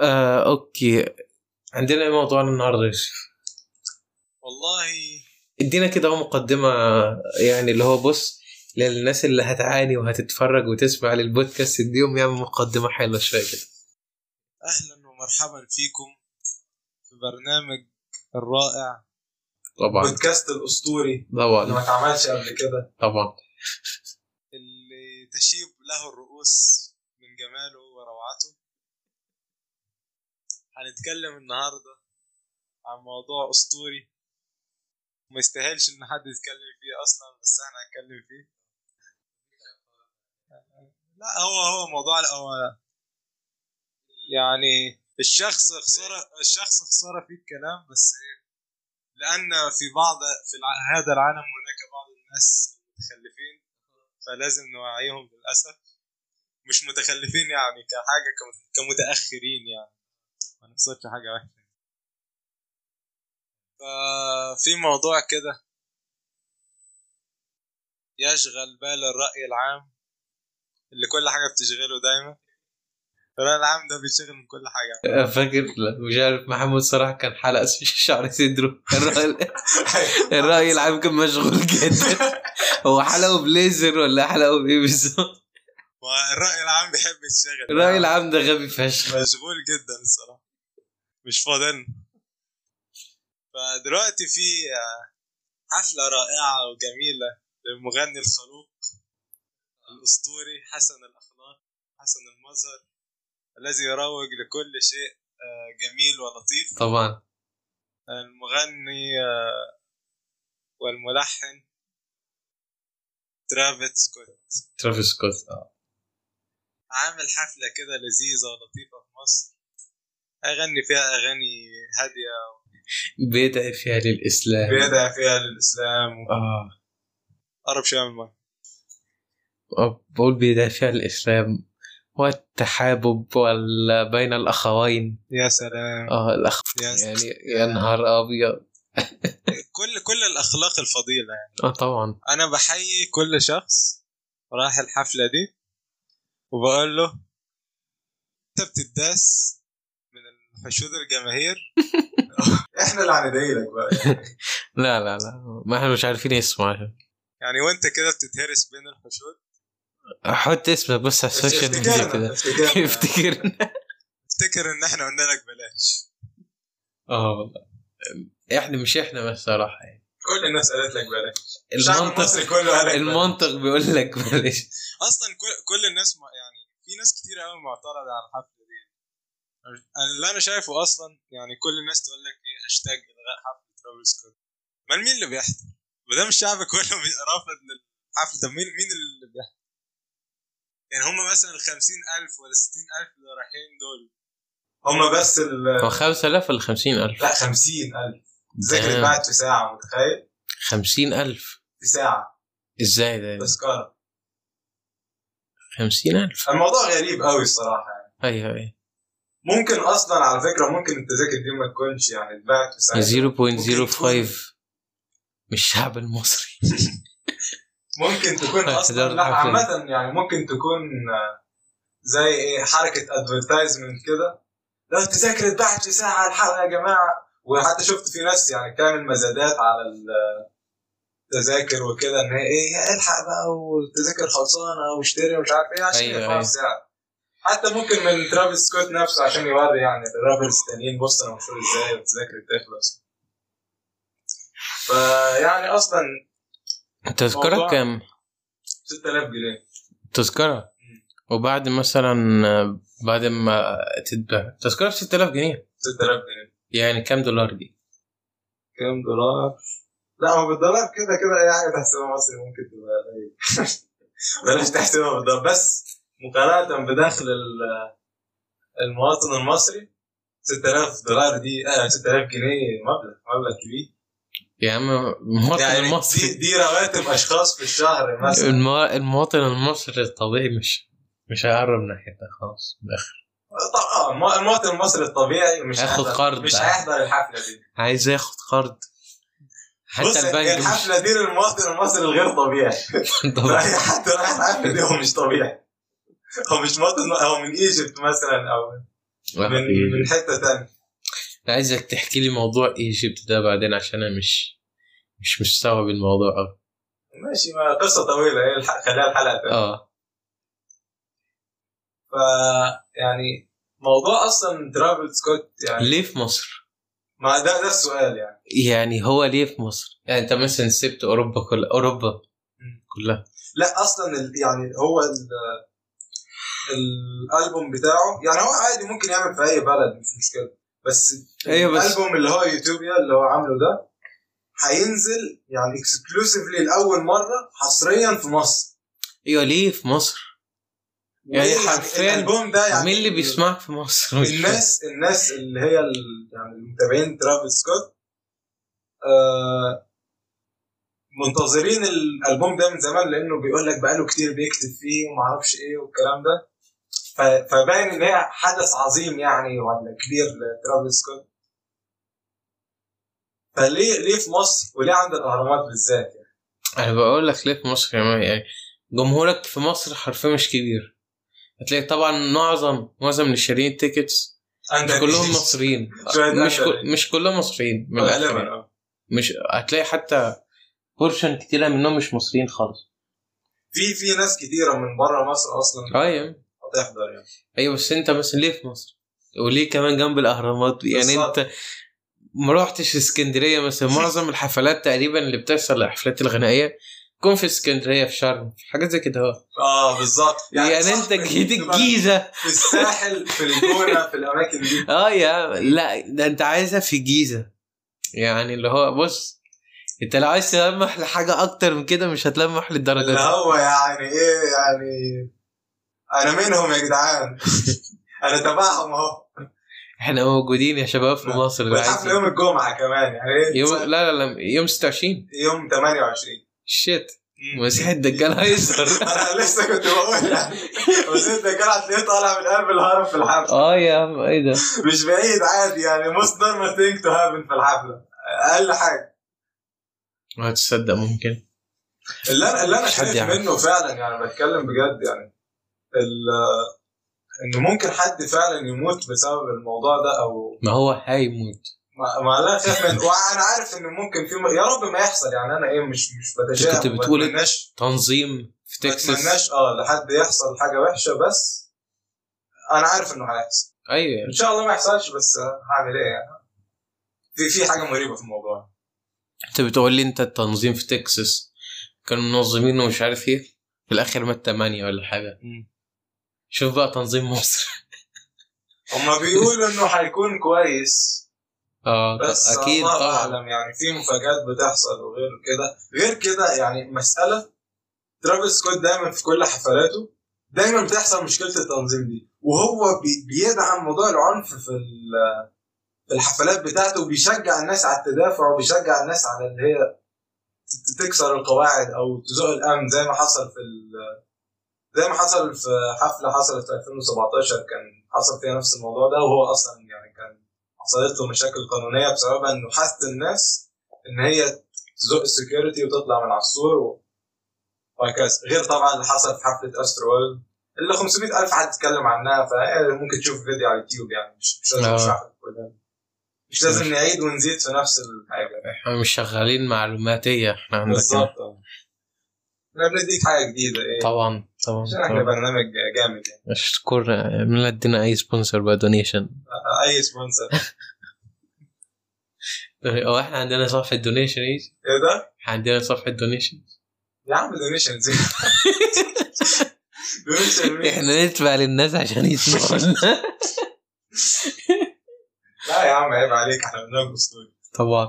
آه، اوكي عندنا إيه موضوع النهارده يوسف والله ادينا كده أهو مقدمه يعني اللي هو بص للناس اللي هتعاني وهتتفرج وتسمع للبودكاست اديهم يعني مقدمه حلوه شويه كده اهلا ومرحبا فيكم في برنامج الرائع طبعا بودكاست الاسطوري اللي ما طبعا اتعملش قبل كده طبعا اللي تشيب له الرؤوس من جماله وروعته هنتكلم النهارده عن موضوع اسطوري ما يستاهلش ان حد يتكلم فيه اصلا بس احنا هنتكلم فيه لا هو هو موضوع هو يعني الشخص خسارة الشخص خسارة في الكلام بس لأن في بعض في الع- هذا العالم هناك بعض الناس المتخلفين فلازم نوعيهم للأسف مش متخلفين يعني كحاجة كم- كمتأخرين يعني ما نقصدش حاجة وحشة ففي موضوع كده يشغل بال الرأي العام اللي كل حاجة بتشغله دايما الرأي العام ده بيتشغل من كل حاجة آه، فاكر لا، مش عارف محمد صلاح كان حلقه شعر صدره الراي الراي العام كان مشغول جدا هو حلقه بليزر ولا حلقه بايه بالظبط والرأي العام بيحب يتشغل الراي العام ده غبي فشخ مشغول جدا الصراحة مش فاضل فدلوقتي في آه، حفلة رائعة وجميلة للمغني الخلوق الأسطوري حسن الأخلاق حسن المظهر الذي يروج لكل شيء آه، جميل ولطيف طبعا المغني آه، والملحن ترافيس سكوت ترافيس سكوت آه. عامل حفلة كده لذيذة ولطيفة في مصر هيغني فيها أغاني هادية بيدعي فيها للاسلام بيدعي فيها للإسلام اه قرب شوية من المايك بقول بيدعي فيها الاسلام والتحابب ولا بين الاخوين يا سلام اه الاخ يا سلام. يعني يا نهار ابيض كل كل الأخلاق الفضيلة يعني اه طبعا أنا بحيي كل شخص راح الحفلة دي وبقول له أنت بتداس من حشود الجماهير احنا اللي هندعي لك بقى لا لا لا ما احنا مش عارفين اسمه يعني وانت كده بتتهرس بين الحشود حط اسمك بس على السوشيال ميديا كده افتكرنا افتكرنا. افتكر افتكر ان احنا قلنا لك بلاش اه والله احنا مش احنا الصراحه يعني كل الناس قالت لك بلاش المنطق كله قال المنطق بيقول لك بلاش اصلا كل, كل الناس ما يعني في ناس كتير قوي معترضه على الحفله دي أنا- اللي انا شايفه اصلا يعني كل الناس تقول لك ايه هاشتاج الغاء حفله ترافل سكوت امال مين اللي بيحضر؟ ما دام الشعب كله بي- رافض للحفله طب مين مين اللي بيحضر؟ يعني هم مثلا ال 50000 ولا 60000 اللي رايحين دول هم بس ال هو 5000 ولا 50000 لا 50000 ذاكر اتباعت في ساعه متخيل؟ 50000 في ساعه ازاي ده تذكره 50000 الموضوع غريب قوي الصراحه ايوه ايوه ممكن اصلا على فكره ممكن التذاكر دي ما تكونش يعني اتباعت في ساعتها 0.05 مش الشعب المصري ممكن تكون اصلا احتضار لا الحفلة عامه يعني ممكن تكون آه، زي ايه حركه ادفرتايزمنت كده لو التذاكر اتباعت في ساعه الحلقه يا جماعه وحتى شفت في ناس يعني بتعمل مزادات على التذاكر وكده ان هي ايه الحق بقى والتذاكر خلصانه واشتري ومش عارف ايه عشان أيوة، أيوة أيوة. أيوة. ساعه حتى ممكن من ترافيس سكوت نفسه عشان يوري يعني الرابرز التانيين بص انا مشهور ازاي والتذاكر بتخلص فيعني اصلا التذكره موضوع- كام 6000 جنيه تذكره وبعد مثلا بعد ما تتباع تذكره ب 6000 جنيه 6000 جنيه يعني كام دولار دي كام دولار؟ لا هو بالدولار كده كده اي حاجه تحسبها مصري ممكن تبقى قليل بلاش تحسبها بالدولار بس مقارنه بدخل ال- المواطن المصري 6000 دولار دي آه 6000 جنيه مبلغ مبلغ كبير يا عم المواطن يعني المصري دي, دي رواتب اشخاص في الشهر مثلا المو... المواطن المصري الطبيعي مش مش هيقرب ناحيتها خالص بأخ- طب- آه، الم- المواطن المصري الطبيعي مش هياخد هيحضر- قرض مش بقى. هيحضر الحفله دي عايز ياخد قرض بص حتى هي البنك مش الحفله دي للمواطن المصري الغير طبيعي طبعاً. اي حد رايح الحفله دي هو مش طبيعي هو مش مواطن هو من ايجيبت مثلا او من, من حته ثانيه أنا عايزك تحكي لي موضوع ايجيبت ده بعدين عشان انا مش مش مستوعب الموضوع أوي. ماشي ما قصه طويله هي الح- خليها الحلقه تانية. اه ف يعني موضوع اصلا ترافل سكوت يعني ليه في مصر؟ ما ده ده السؤال يعني يعني هو ليه في مصر؟ يعني انت مثلا سبت اوروبا كل اوروبا مم. كلها لا اصلا ال- يعني هو ال الالبوم بتاعه يعني هو عادي ممكن يعمل في اي بلد مش مشكله بس أيوة بس- الالبوم اللي هو يوتوبيا اللي هو عامله ده هينزل يعني اكسكلوسيفلي لاول مره حصريا في مصر ايوه ليه في مصر؟ يعني وليه حرفياً الالبوم ده يعني مين اللي بيسمعك في مصر؟ مش فاهم. الناس الناس اللي هي ال- يعني المتابعين ترافيس سكوت آه، منتظرين الالبوم ده من زمان لانه بيقول لك بقاله كتير بيكتب فيه وما اعرفش ايه والكلام ده ف- فباين ان هي حدث عظيم يعني ولا كبير لترافيس سكوت فليه ليه في مصر وليه عند الاهرامات بالذات يعني انا بقول لك ليه في مصر يا مان يعني جمهورك في مصر حرفيا مش كبير هتلاقي طبعا معظم معظم اللي شارين تيكتس مش عندك- كلهم مصريين شوية مش أندلس. كل... مش كلهم مصريين من الآخر يعني. غالبا آه. مش هتلاقي حتى بورشن كتيرة منهم مش مصريين خالص في في ناس كتيره من بره مصر اصلا ايوه هتحضر يعني ايوه بس انت مثلا ليه في مصر وليه كمان جنب الاهرامات يعني بالظبط. انت ما روحتش اسكندريه مثلا معظم الحفلات تقريبا اللي بتحصل الحفلات الغنائيه تكون في اسكندريه في شرم في حاجات زي كده اهو اه بالظبط يعني, صح، انت جيت تبقى الجيزه في الساحل في الجونه في الاماكن دي اه يا لا ده انت عايزها في الجيزه يعني اللي هو بص انت لو عايز تلمح لحاجه اكتر من كده مش هتلمح للدرجه اللي دي هو يعني ايه يعني انا منهم يا جدعان انا تبعهم اهو احنا موجودين يا شباب في مصر اللي عايز والحفله يوم الجمعه كمان يعني ايه يوم لا لا لا يوم 26 يوم 28 شيت مسيح الدجال هيظهر انا لسه كنت بقول يعني مسيح الدجال هتلاقيه طالع من قلب الهرم في الحفله اه يا عم ايه ده مش بعيد عادي يعني most normal thing to happen في الحفله اقل حاجه ما هتصدق ممكن اللي انا اللي انا مش حد شايف يعرف. منه فعلا يعني بتكلم بجد يعني ال- انه ممكن حد فعلا يموت بسبب الموضوع ده او ما هو هيموت ما ما لا خاف من وانا عارف انه ممكن في م... يا رب ما يحصل يعني انا ايه مش مش بتشائم كنت بتقول ما اتمناش تنظيم في ما تكساس اتمناش اه لحد يحصل حاجه وحشه بس انا عارف انه هيحصل ايوه ان شاء الله ما يحصلش بس هعمل ايه يعني في في حاجه مريبه في الموضوع انت بتقول لي انت التنظيم في تكساس كانوا منظمينه ومش عارف ايه في الاخر مات 8 ولا حاجه شوف بقى تنظيم مصر هما بيقولوا انه هيكون كويس اه بس اكيد الله طبعا اعلم يعني في مفاجات بتحصل وغير كده غير كده يعني مساله ترافيس سكوت دايما في كل حفلاته دايما بتحصل مشكله التنظيم دي وهو بي- بيدعم موضوع العنف في ال- في الحفلات بتاعته وبيشجع الناس على التدافع وبيشجع الناس على اللي هي ت- تكسر القواعد او تزوق الامن زي ما حصل في ال- زي ما حصل في حفله حصلت في 2017 كان حصل فيها نفس الموضوع ده وهو اصلا يعني كان حصلت له مشاكل قانونيه بسببها انه حث الناس ان هي تزق السكيورتي وتطلع من على السور و- وهكذا غير طبعا اللي حصل في حفله استرو وورلد اللي 500 الف حد اتكلم عنها فممكن تشوف فيديو على اليوتيوب يعني مش مش لازم آه. نشرح كلها مش لازم نعيد ونزيد في نفس الحاجه احنا مش شغالين إيه، معلوماتيه احنا عندك بالظبط آه. احنا بنديك حاجه جديده ايه طبعا طبعا, عشان احنا طبعا. برنامج جامد يعني اشكر من ادينا اي سبونسر بقى دونيشن آه، اي سبونسر هو احنا عندنا صفحه دونيشن ايش؟ ايه ده؟ إحنا عندنا صفحه دونيشن يا عم دونيشن زي دونيشن مين؟ احنا ندفع للناس عشان يسمعوا لنا. لا يا عم عيب عليك احنا بننقص دول طبعا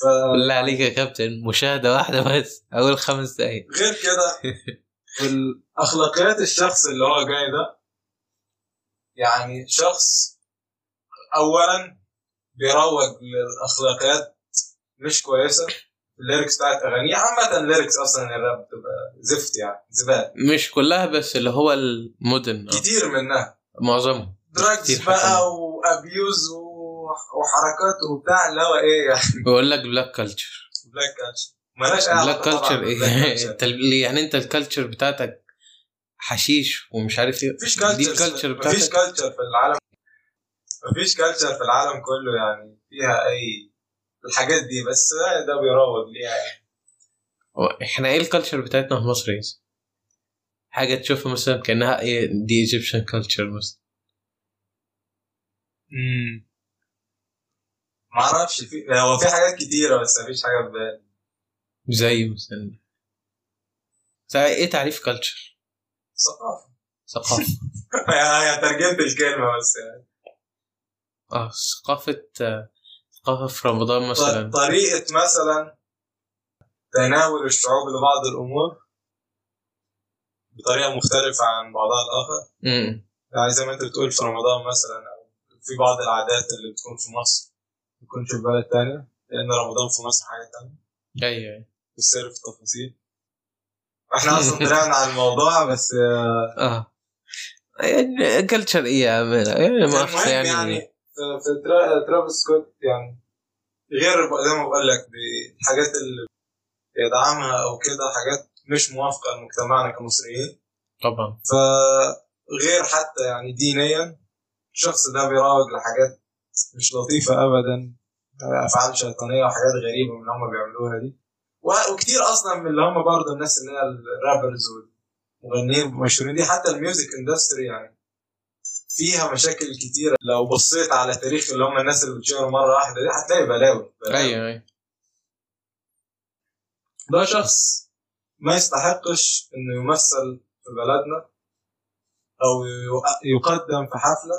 ف- بالله عليك يا كابتن مشاهده واحده بس اول خمس دقايق غير كده اخلاقيات الشخص اللي هو جاي ده يعني شخص اولا بيروج للاخلاقيات مش كويسه الليركس بتاعت اغانيه عامه الليركس اصلا الراب بتبقى زفت يعني زباله مش كلها بس اللي هو المدن آه، كتير منها معظمها كتير دراجز حصل. بقى وابيوز و- وحركات وبتاع اللي هو ايه يعني بيقول لك بلاك كلتشر بلاك كالتشر مالهاش اي بلاك علاقه طبعاً كلتشر بالبلاك ايه كالتشر. أنت ال- يعني انت الكلتشر بتاعتك حشيش ومش عارف ايه مفيش دي كالتشر الكالتشر مفيش بتاعتك كالتشر في العالم مفيش كالتشر في العالم كله يعني فيها اي الحاجات دي بس ده- ده بيروج ليها يعني هو احنا ايه الكالتشر بتاعتنا في مصر يس؟ حاجه تشوفها مثلا كانها إيه دي ايجيبشن كالتشر مثلا معرفش في هو في حاجات كتيرة بس مفيش حاجة في بالي زي مثلا زي ايه تعريف كالتشر؟ ثقافة ثقافه يعني ترجمت الكلمة بس يعني اه ثقافه آه، ثقافه في رمضان مثلا ط- طريقة مثلا تناول الشعوب لبعض الأمور بطريقة مختلفة عن بعضها الآخر امم يعني زي ما أنت بتقول في رمضان مثلا أو في بعض العادات اللي بتكون في مصر ما تكونش في بلد تانية لأن رمضان في مصر حاجة تانية ايوه أيوة. والسر في التفاصيل احنا اصلا طلعنا عن الموضوع بس اه يعني كالتشر ايه يا عم يعني ما المهم اخص يعني, يعني يعني في- في ترا- ترافيس سكوت يعني غير ب- زي ما بقول لك بالحاجات اللي يدعمها او كده حاجات مش موافقه لمجتمعنا كمصريين طبعا فغير حتى يعني دينيا الشخص ده بيراوغ لحاجات مش لطيفه ابدا افعال شيطانيه وحاجات غريبه من اللي هم بيعملوها دي و- وكتير اصلا من اللي هم برضه الناس اللي هي الرابرز والمغنيين المشهورين دي حتى الميوزك اندستري يعني فيها مشاكل كتيرة لو بصيت على تاريخ اللي هم الناس اللي بتشهروا مرة واحدة دي هتلاقي بلاوي بلاوي. ايوه ايوه ده شخص ما يستحقش انه يمثل في بلدنا او يق- يقدم في حفله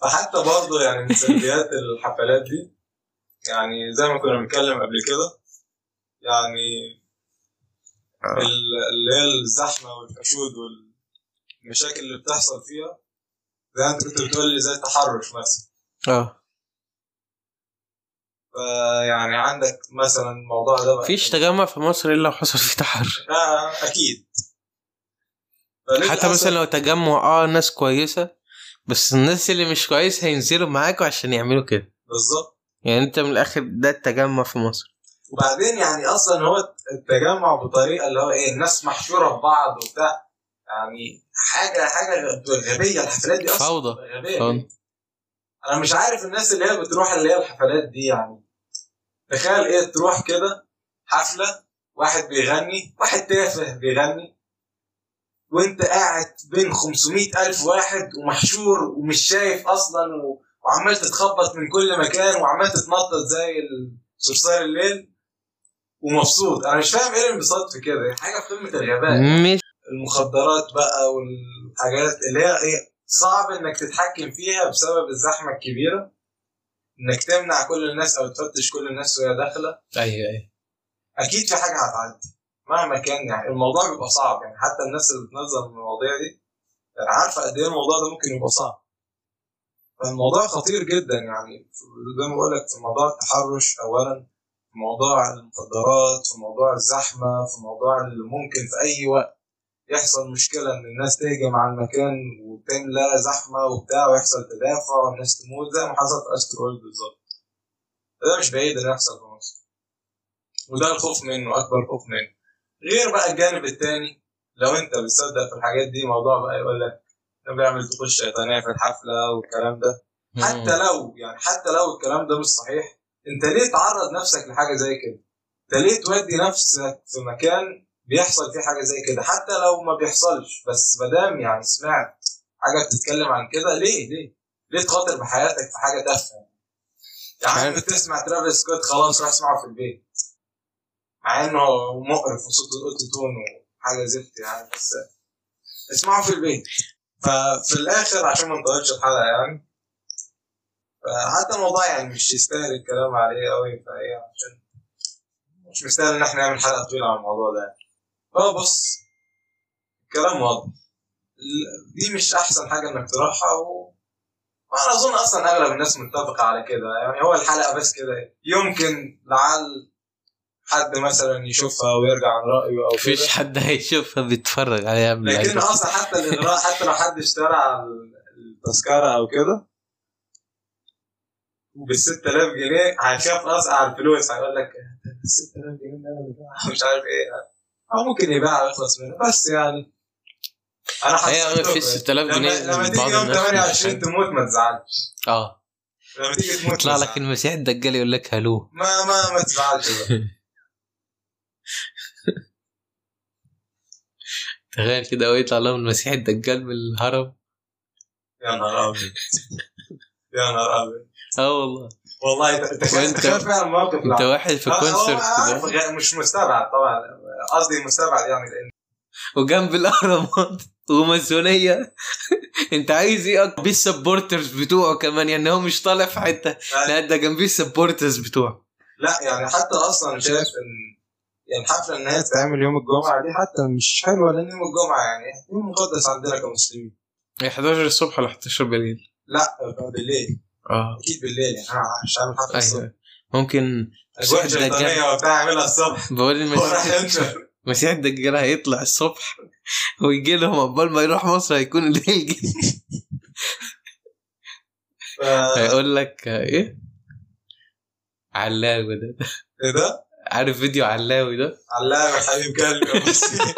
فحتى برضه يعني من سلبيات الحفلات دي يعني زي ما كنا بنتكلم قبل كده يعني ال- اللي هي الزحمه والحشود والمشاكل اللي بتحصل فيها زي ما انت كنت بتقول لي زي التحرش مثلا آه. اه فيعني عندك مثلا الموضوع ده بقى- مفيش تجمع في مصر الا وحصل فيه تحرش آه اكيد حتى مثلا لو تجمع اه ناس كويسه بس الناس اللي مش كويسه هينزلوا معاكوا عشان يعملوا كده بالظبط يعني انت من الاخر ده التجمع في مصر وبعدين يعني اصلا هو التجمع بطريقه اللي هو ايه الناس محشوره في بعض وبتاع يعني حاجه حاجه غبيه الحفلات دي إيه؟ اصلا فوضى غبيه فوضى. انا مش عارف الناس اللي هي بتروح اللي هي الحفلات دي يعني تخيل ايه تروح كده حفله واحد بيغني واحد تافه بيغني وانت قاعد بين 500 الف واحد ومحشور ومش شايف اصلا و... وعمال تتخبط من كل مكان وعمال تتنطط زي صرصار الليل ومبسوط انا مش فاهم ايه الانبساط في كده حاجه في قمه الغباء مش المخدرات بقى والحاجات اللي هي ايه صعب انك تتحكم فيها بسبب الزحمه الكبيره انك تمنع كل الناس او تفتش كل الناس وهي داخله ايوه ايوه اكيد في حاجه هتعدي مهما كان يعني الموضوع بيبقى صعب يعني حتى الناس اللي بتنظم المواضيع دي يعني عارفه قد ايه الموضوع ده ممكن يبقى صعب فالموضوع خطير جدا يعني في- زي ما بقول لك في موضوع التحرش اولا في موضوع المخدرات في موضوع الزحمه في موضوع اللي ممكن في اي وقت يحصل مشكله ان الناس تهجم على المكان وتملى زحمه وبتاع ويحصل تدافع والناس تموت زي ما حصل في استرويد بالظبط ده مش بعيد انه يحصل في مصر وده الخوف منه اكبر خوف منه غير بقى الجانب التاني لو انت بتصدق في الحاجات دي موضوع بقى يقول لك ده بيعمل دخول شيطانيه في الحفله والكلام ده حتى لو يعني حتى لو الكلام ده مش صحيح انت ليه تعرض نفسك لحاجه زي كده؟ انت ليه تودي نفسك في مكان بيحصل فيه حاجه زي كده حتى لو ما بيحصلش بس ما دام يعني سمعت حاجه بتتكلم عن كده ليه ليه؟ ليه تخاطر بحياتك في حاجه تافهه؟ يعني عارف. انت تسمع ترافيس سكوت خلاص روح اسمعه في البيت مع انه مقرف وصوته قلت تون وحاجه زفت يعني بس اسمعه في البيت ففي الاخر عشان ما نطولش الحلقه يعني فحتى الموضوع يعني مش يستاهل الكلام عليه قوي فهي عشان مش مستاهل ان احنا نعمل حلقه طويله عن الموضوع ده يعني فبص الكلام واضح ال- دي مش احسن حاجه انك تروحها و... وانا اظن اصلا اغلب الناس متفقه على كده يعني هو الحلقه بس كده يمكن لعل حد مثلا يشوفها ويرجع عن رايه او كده مفيش حد هيشوفها بيتفرج عليها من لكن الآخر. اصلا حتى الاغراء حتى لو حد اشترى على التذكره او كده بال 6000 جنيه هيخاف اصلا على الفلوس هيقول لك 6000 جنيه ده ولا ده؟ مش عارف ايه او ممكن يباع ويخلص منه بس يعني انا هي حاسس أغلب في 6000 جنيه لما, لما من تيجي بعض يوم الناس مش 28 عارف. تموت ما تزعلش اه لما تيجي تموت يطلع ما لك تزعلش. المسيح الدجال يقول لك هلو ما ما ما تزعلش بقى. تخيل كده هو يطلع لهم المسيح الدجال من الهرم يا نهار ابيض يا نهار ابيض اه والله والله ت- تخيل وأنت- تخيل فعلا موقف انت واحد آه، في كونسرت عارف كده غير- آه، يعني مش مستبعد طبعا قصدي مستبعد يعني لان وجنب الاهرامات وماسونيه انت عايز ايه اكتر بيه السبورترز بتوعه كمان يعني هو مش طالع في حته لا ده جنبيه السبورترز بتوعه لا يعني حتى اصلا شايف ان يعني الحفله ان هي تتعمل يوم الجمعه دي حتى مش حلوه لان يوم الجمعه يعني يوم مقدس عندنا كمسلمين هي 11 الصبح ولا 11 بالليل لا بالليل اه اكيد بالليل يعني انا مش هعمل حفله الصبح ايوه ممكن اجواء الصبح ده شيطانيه وبتاع اعملها الصبح بقول وراح المسيح ينشر المسيح الدجال هيطلع الصبح ويجي لهم قبل ما يروح مصر هيكون الليل جه ف- هيقول لك ايه علاوي ده ايه ده؟ عارف فيديو علاوي ده علام يا حبيب قلبي يا مسيح.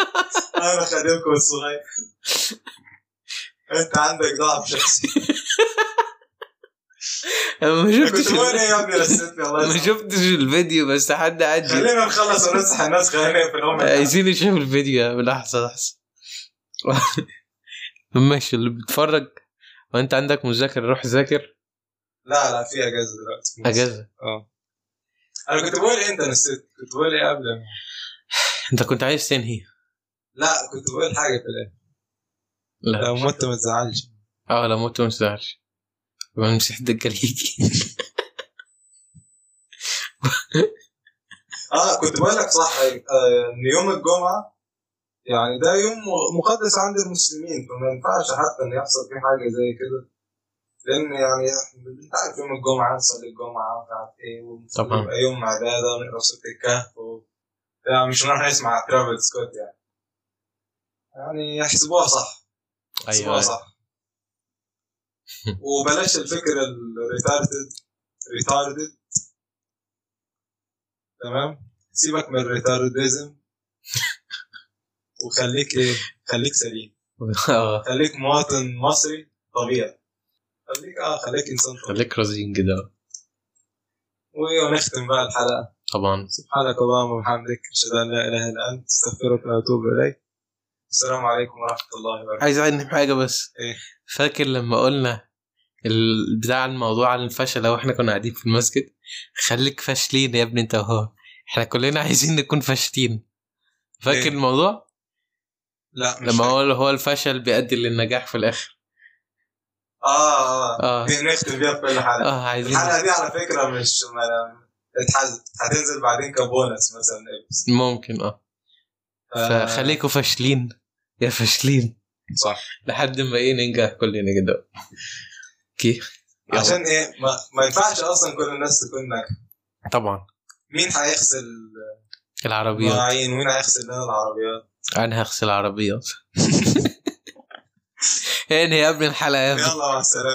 انا خادمكم الصغير انت عندك ضعف شخصي انا ما كنت شفتش بقول ال- ايه يا ابني رستني الله ما يسلمك. شفتش الفيديو بس حد قاعد خلينا نخلص وننصح الناس خلينا في الام عايزين نشوف الفيديو لحظه لحظه ماشي اللي بيتفرج وانت عندك مذاكره روح ذاكر لا لا في اجازه دلوقتي اجازه اه انا كنت بقول إيه انت نسيت كنت بقول ايه قبل انت كنت عايز تنهي لا كنت بقول حاجه في الاخر لا لو مت ما تزعلش اه لا موت ما تزعلش المسيح الدجال يجي اه كنت بقول لك صح آه، ان يوم الجمعه يعني ده يوم مقدس عند المسلمين فما ينفعش حتى ان يحصل فيه حاجه زي كده لان يعني انت عارف يوم الجمعه نصلي الجمعه مش عارف ايه والمفروض طبعاً. يبقى يوم عباده ونقرا سوره الكهف و... يعني مش هنروح نسمع ترافل سكوت يعني يعني يحسبوها صح أيوة. ايوه صح وبلاش الفكره الريتاردد ريتاردد تمام سيبك من الريتاردزم وخليك ايه خليك سليم اه خليك مواطن مصري طبيعي خليك اه خليك انسان طبيعي خليك رزين كده ونختم بقى الحلقه طبعا سبحانك اللهم وبحمدك اشهد ان لا اله الا انت استغفرك واتوب اليك السلام عليكم ورحمه الله وبركاته عايز اعلم حاجه بس إيه؟ فاكر لما قلنا ال- بتاع الموضوع عن الفشل لو احنا كنا قاعدين في المسجد خليك فاشلين يا ابني انت وهو احنا كلنا عايزين نكون فاشلين فاكر إيه؟ الموضوع لا مش لما فاكر. هو هو الفشل بيؤدي للنجاح في الاخر اه اه اه دي نختم بيها في كل حلقه اه عايزين الحلقه دي على فكره مش ما اتحذفت هتنزل بعدين كبونس مثلا نلبس ممكن اه آه. فخليكوا فاشلين يا فاشلين صح لحد ما ايه ننجح كلنا كده اوكي يلا. عشان ايه ما, ما ينفعش اصلا كل الناس تكون ناجحه طبعا مين هيغسل العربيات المواعين ومين هيغسل لنا العربيات انا هغسل العربيات يعني يا ابني الحلقه يا ابني يلا مع السلامه